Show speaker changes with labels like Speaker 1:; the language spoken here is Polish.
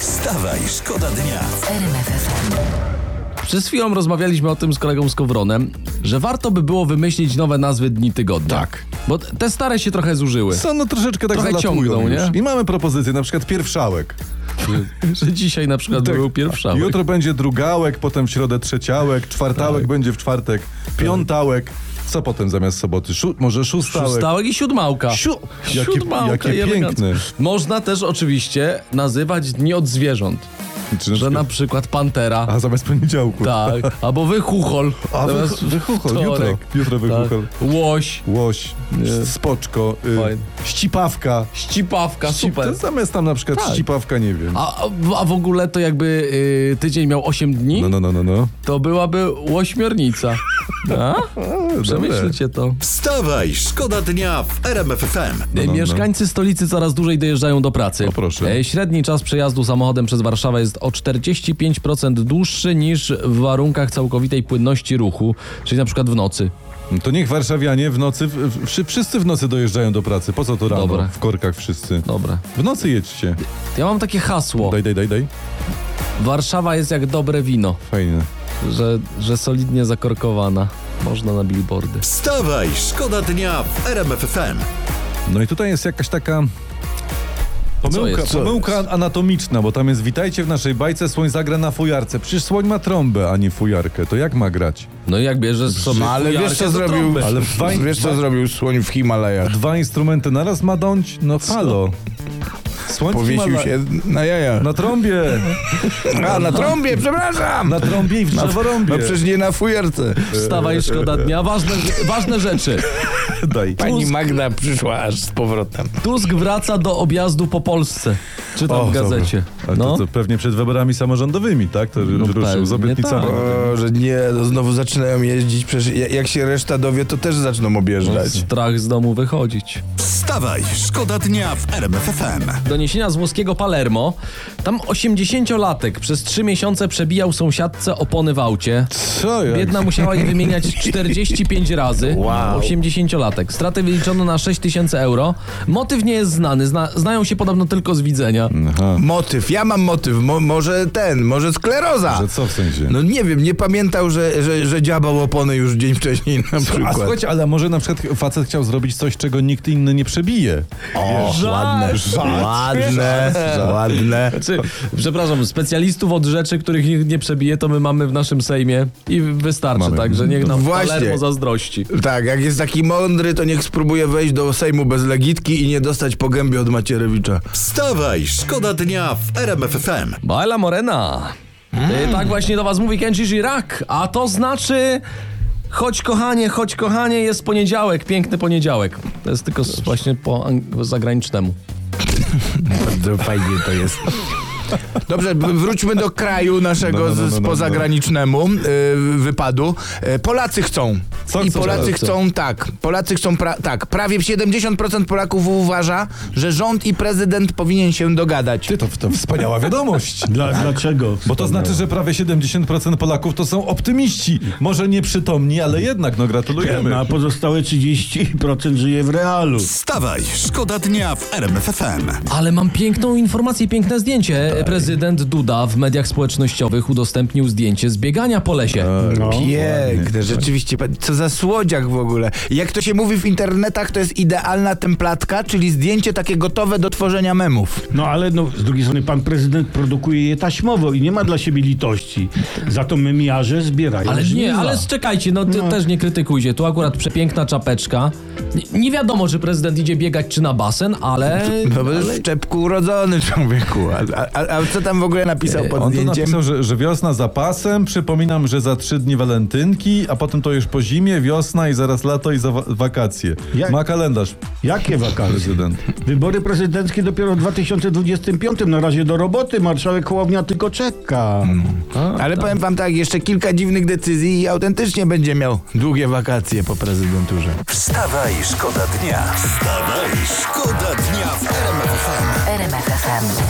Speaker 1: Wstawaj, szkoda dnia.
Speaker 2: Przez chwilą rozmawialiśmy o tym z kolegą Skowronem, że warto by było wymyślić nowe nazwy dni tygodnia.
Speaker 3: Tak.
Speaker 2: Bo te stare się trochę zużyły.
Speaker 3: Są no troszeczkę tak
Speaker 2: Trochę
Speaker 3: zalatują
Speaker 2: ciągną,
Speaker 3: już.
Speaker 2: nie?
Speaker 3: I mamy propozycję, na przykład pierwszałek.
Speaker 2: Że dzisiaj na przykład
Speaker 3: Tak.
Speaker 2: był pierwsza.
Speaker 3: Jutro będzie drugałek, potem w środę trzeciałek,
Speaker 2: Tak.
Speaker 3: czwartałek będzie w czwartek, piątałek. Co potem zamiast soboty? Szu- może szóstałek?
Speaker 2: Stałek i siódmałka.
Speaker 3: Siu- Jakie-
Speaker 2: siódmałka
Speaker 3: jakie
Speaker 2: i elegancko.
Speaker 3: piękne.
Speaker 2: Można też oczywiście nazywać dni od zwierząt.
Speaker 3: Czy na
Speaker 2: Że
Speaker 3: przykład-
Speaker 2: na przykład pantera.
Speaker 3: A Znaczy, zamiast poniedziałku.
Speaker 2: Tak. Albo wychuchol.
Speaker 3: A wy-
Speaker 2: Zamiast
Speaker 3: wychuchol,
Speaker 2: wtorek. Tak.
Speaker 3: jutro. Jutro wychuchol.
Speaker 2: Łoś.
Speaker 3: Łoś,
Speaker 2: Nie.
Speaker 3: spoczko, y,
Speaker 2: Fajne.
Speaker 3: ścipawka.
Speaker 2: Ścipawka, super.
Speaker 3: To Zamiast tam na przykład
Speaker 2: Tak.
Speaker 3: ścipawka, nie wiem.
Speaker 2: A, a w ogóle to jakby y, tydzień miał 8 dni,
Speaker 3: No, no, no, no, no.
Speaker 2: to byłaby łośmiornica. A? Przemyślcie to.
Speaker 1: Wstawaj, szkoda dnia w RMF FM.
Speaker 2: E,
Speaker 3: no.
Speaker 2: Mieszkańcy stolicy coraz dłużej dojeżdżają do pracy.
Speaker 3: O, proszę.
Speaker 2: E, Średni czas przejazdu samochodem przez Warszawę jest o 45% dłuższy niż w warunkach całkowitej płynności ruchu, czyli na przykład w nocy.
Speaker 3: To niech warszawianie w nocy, w, w, wszy- wszyscy w nocy dojeżdżają do pracy. Po co to rano?
Speaker 2: Dobra. No.
Speaker 3: W korkach wszyscy.
Speaker 2: Dobra.
Speaker 3: W nocy jedźcie.
Speaker 2: Ja mam takie hasło.
Speaker 3: Daj, daj, daj, daj.
Speaker 2: Warszawa jest jak dobre wino,
Speaker 3: Fajne.
Speaker 2: że, że solidnie zakorkowana. Można na billboardy.
Speaker 1: Wstawaj, szkoda dnia w RMF FM.
Speaker 3: No i tutaj jest jakaś taka...
Speaker 2: Co
Speaker 3: Pomyłka,
Speaker 2: jest? Co
Speaker 3: pomyłka anatomiczna, bo tam jest witajcie w naszej bajce, słoń zagra na fujarce. Przecież słoń ma trąbę, a nie fujarkę. To jak ma grać?
Speaker 2: No i jak bierzesz sobie
Speaker 4: No, ale wiesz
Speaker 2: fujarkę,
Speaker 4: co
Speaker 2: to
Speaker 4: zrobił?
Speaker 2: trąbę.
Speaker 3: Ale faj-
Speaker 4: Wiesz co zrobił słoń w Himalajach?
Speaker 3: Dwa instrumenty naraz ma dąć? No halo. Słoń
Speaker 4: Powiesił
Speaker 3: Himala-
Speaker 4: się na jajach.
Speaker 3: Na trąbie!
Speaker 4: A, na trąbie, przepraszam!
Speaker 3: Na trąbie i w drzeworąbie.
Speaker 4: No przecież nie na fujerce.
Speaker 2: Wstawaj, szkoda dnia. Ważne, ważne rzeczy.
Speaker 3: Daj.
Speaker 4: Pani Magda przyszła aż z powrotem.
Speaker 2: Tusk wraca do objazdu po Polsce. Czytam
Speaker 3: O,
Speaker 2: w gazecie. No.
Speaker 3: Ale Tak, to, co, pewnie przed wyborami samorządowymi, tak? To ruszył z
Speaker 2: pewnie
Speaker 3: obietnicami.
Speaker 2: tak.
Speaker 4: O, że nie, no znowu zaczynają jeździć. Przecież ja- jak się reszta dowie, to też zaczną objeżdżać.
Speaker 2: Strach z domu wychodzić.
Speaker 1: Wstawaj, szkoda dnia w RMF FM.
Speaker 2: Doniesienia z włoskiego Palermo. Tam 80-latek przez 3 miesiące przebijał sąsiadce opony w aucie.
Speaker 3: Co ja?
Speaker 2: Biedna musiała je wymieniać 45 razy.
Speaker 4: Wow.
Speaker 2: 80-latek. Straty wyliczono na 6 tysięcy euro. Motyw nie jest znany. Zna, znają się podobno tylko z widzenia.
Speaker 3: No.
Speaker 4: No, Motyw, ja mam motyw. Mo, może ten, może skleroza.
Speaker 3: Że co w sensie?
Speaker 4: No nie wiem, nie pamiętał, że, że, że dziabał opony już dzień wcześniej na
Speaker 3: A
Speaker 4: przykład.
Speaker 3: słuchajcie, ale może na przykład facet chciał zrobić coś, czego nikt inny nie przebije.
Speaker 4: o, ładne, ładne, ładne.
Speaker 2: Czy, przepraszam, specjalistów od rzeczy, których nikt nie przebije, to my mamy w naszym Sejmie i wystarczy,
Speaker 3: Mamy.
Speaker 2: także niech nam
Speaker 4: Właśnie.
Speaker 2: Palermo zazdrości.
Speaker 4: Tak, jak jest taki mądry, to niech spróbuje wejść do Sejmu bez legitki i nie dostać po gębie od Macierewicza.
Speaker 1: Wstawaj, szkoda dnia w RMF FM.
Speaker 2: Baela Morena. Y, Tak właśnie do was mówi Kenji Girac, a to znaczy... Chodź kochanie, chodź kochanie, jest poniedziałek, piękny poniedziałek. To jest tylko z, właśnie po ang- zagranicznemu.
Speaker 4: Bardzo fajnie to jest. Dobrze, b- wróćmy do kraju naszego
Speaker 3: No, no, no, no,
Speaker 4: z- z
Speaker 3: no, no.
Speaker 4: pozagranicznemu y, wypadu. Y, Polacy chcą.
Speaker 3: Co
Speaker 4: I
Speaker 3: chcą?
Speaker 4: Polacy
Speaker 3: Ale co?
Speaker 4: chcą, tak. Polacy chcą, pra- tak. Prawie 70% Polaków uważa, że rząd i prezydent powinien się dogadać.
Speaker 3: Ty, to, to wspaniała wiadomość.
Speaker 5: Dla, Dlaczego?
Speaker 3: Bo to znaczy, że prawie 70% Polaków to są optymiści. Może nieprzytomni, ale jednak, no gratulujemy.
Speaker 5: No, a pozostałe 30% żyje w realu.
Speaker 1: Wstawaj, szkoda dnia w RMF FM.
Speaker 2: Ale mam piękną informację, i piękne zdjęcie. Prezydent Duda w mediach społecznościowych udostępnił zdjęcie z biegania po lesie.
Speaker 5: No.
Speaker 4: Piękne, rzeczywiście. pa- Co za słodziak w ogóle. Jak to się mówi w internetach, to jest idealna templatka, czyli zdjęcie takie gotowe do tworzenia memów.
Speaker 5: No ale no, z drugiej strony pan prezydent produkuje je taśmowo i nie ma dla siebie litości. Za to memiarze zbierają
Speaker 2: Ale nie,
Speaker 5: żniwa.
Speaker 2: ale czekajcie, no, ty też nie krytykujcie. Tu akurat przepiękna czapeczka. Nie, nie wiadomo, czy prezydent idzie biegać czy na basen, ale...
Speaker 4: No bo już w czepku urodzony człowieku. A, a, a co tam w ogóle napisał pod
Speaker 3: On to
Speaker 4: zdjęciem?
Speaker 3: napisał, że, że wiosna za pasem, przypominam, że za trzy dni walentynki, a potem to już po zimie, wiosna i zaraz lato i za wa- wakacje.
Speaker 5: Jak-
Speaker 3: Ma kalendarz
Speaker 5: Jakie wakacje?
Speaker 3: prezydent.
Speaker 5: Wybory prezydenckie dopiero w 2025. Na razie do roboty. Marszałek Hołownia tylko czeka.
Speaker 2: No.
Speaker 4: Ale powiem wam tak, jeszcze kilka dziwnych decyzji i autentycznie będzie miał długie wakacje po prezydenturze.
Speaker 1: Wstawaj, szkoda dnia. Wstawaj, szkoda dnia w RMF FM.
Speaker 6: RMFFM.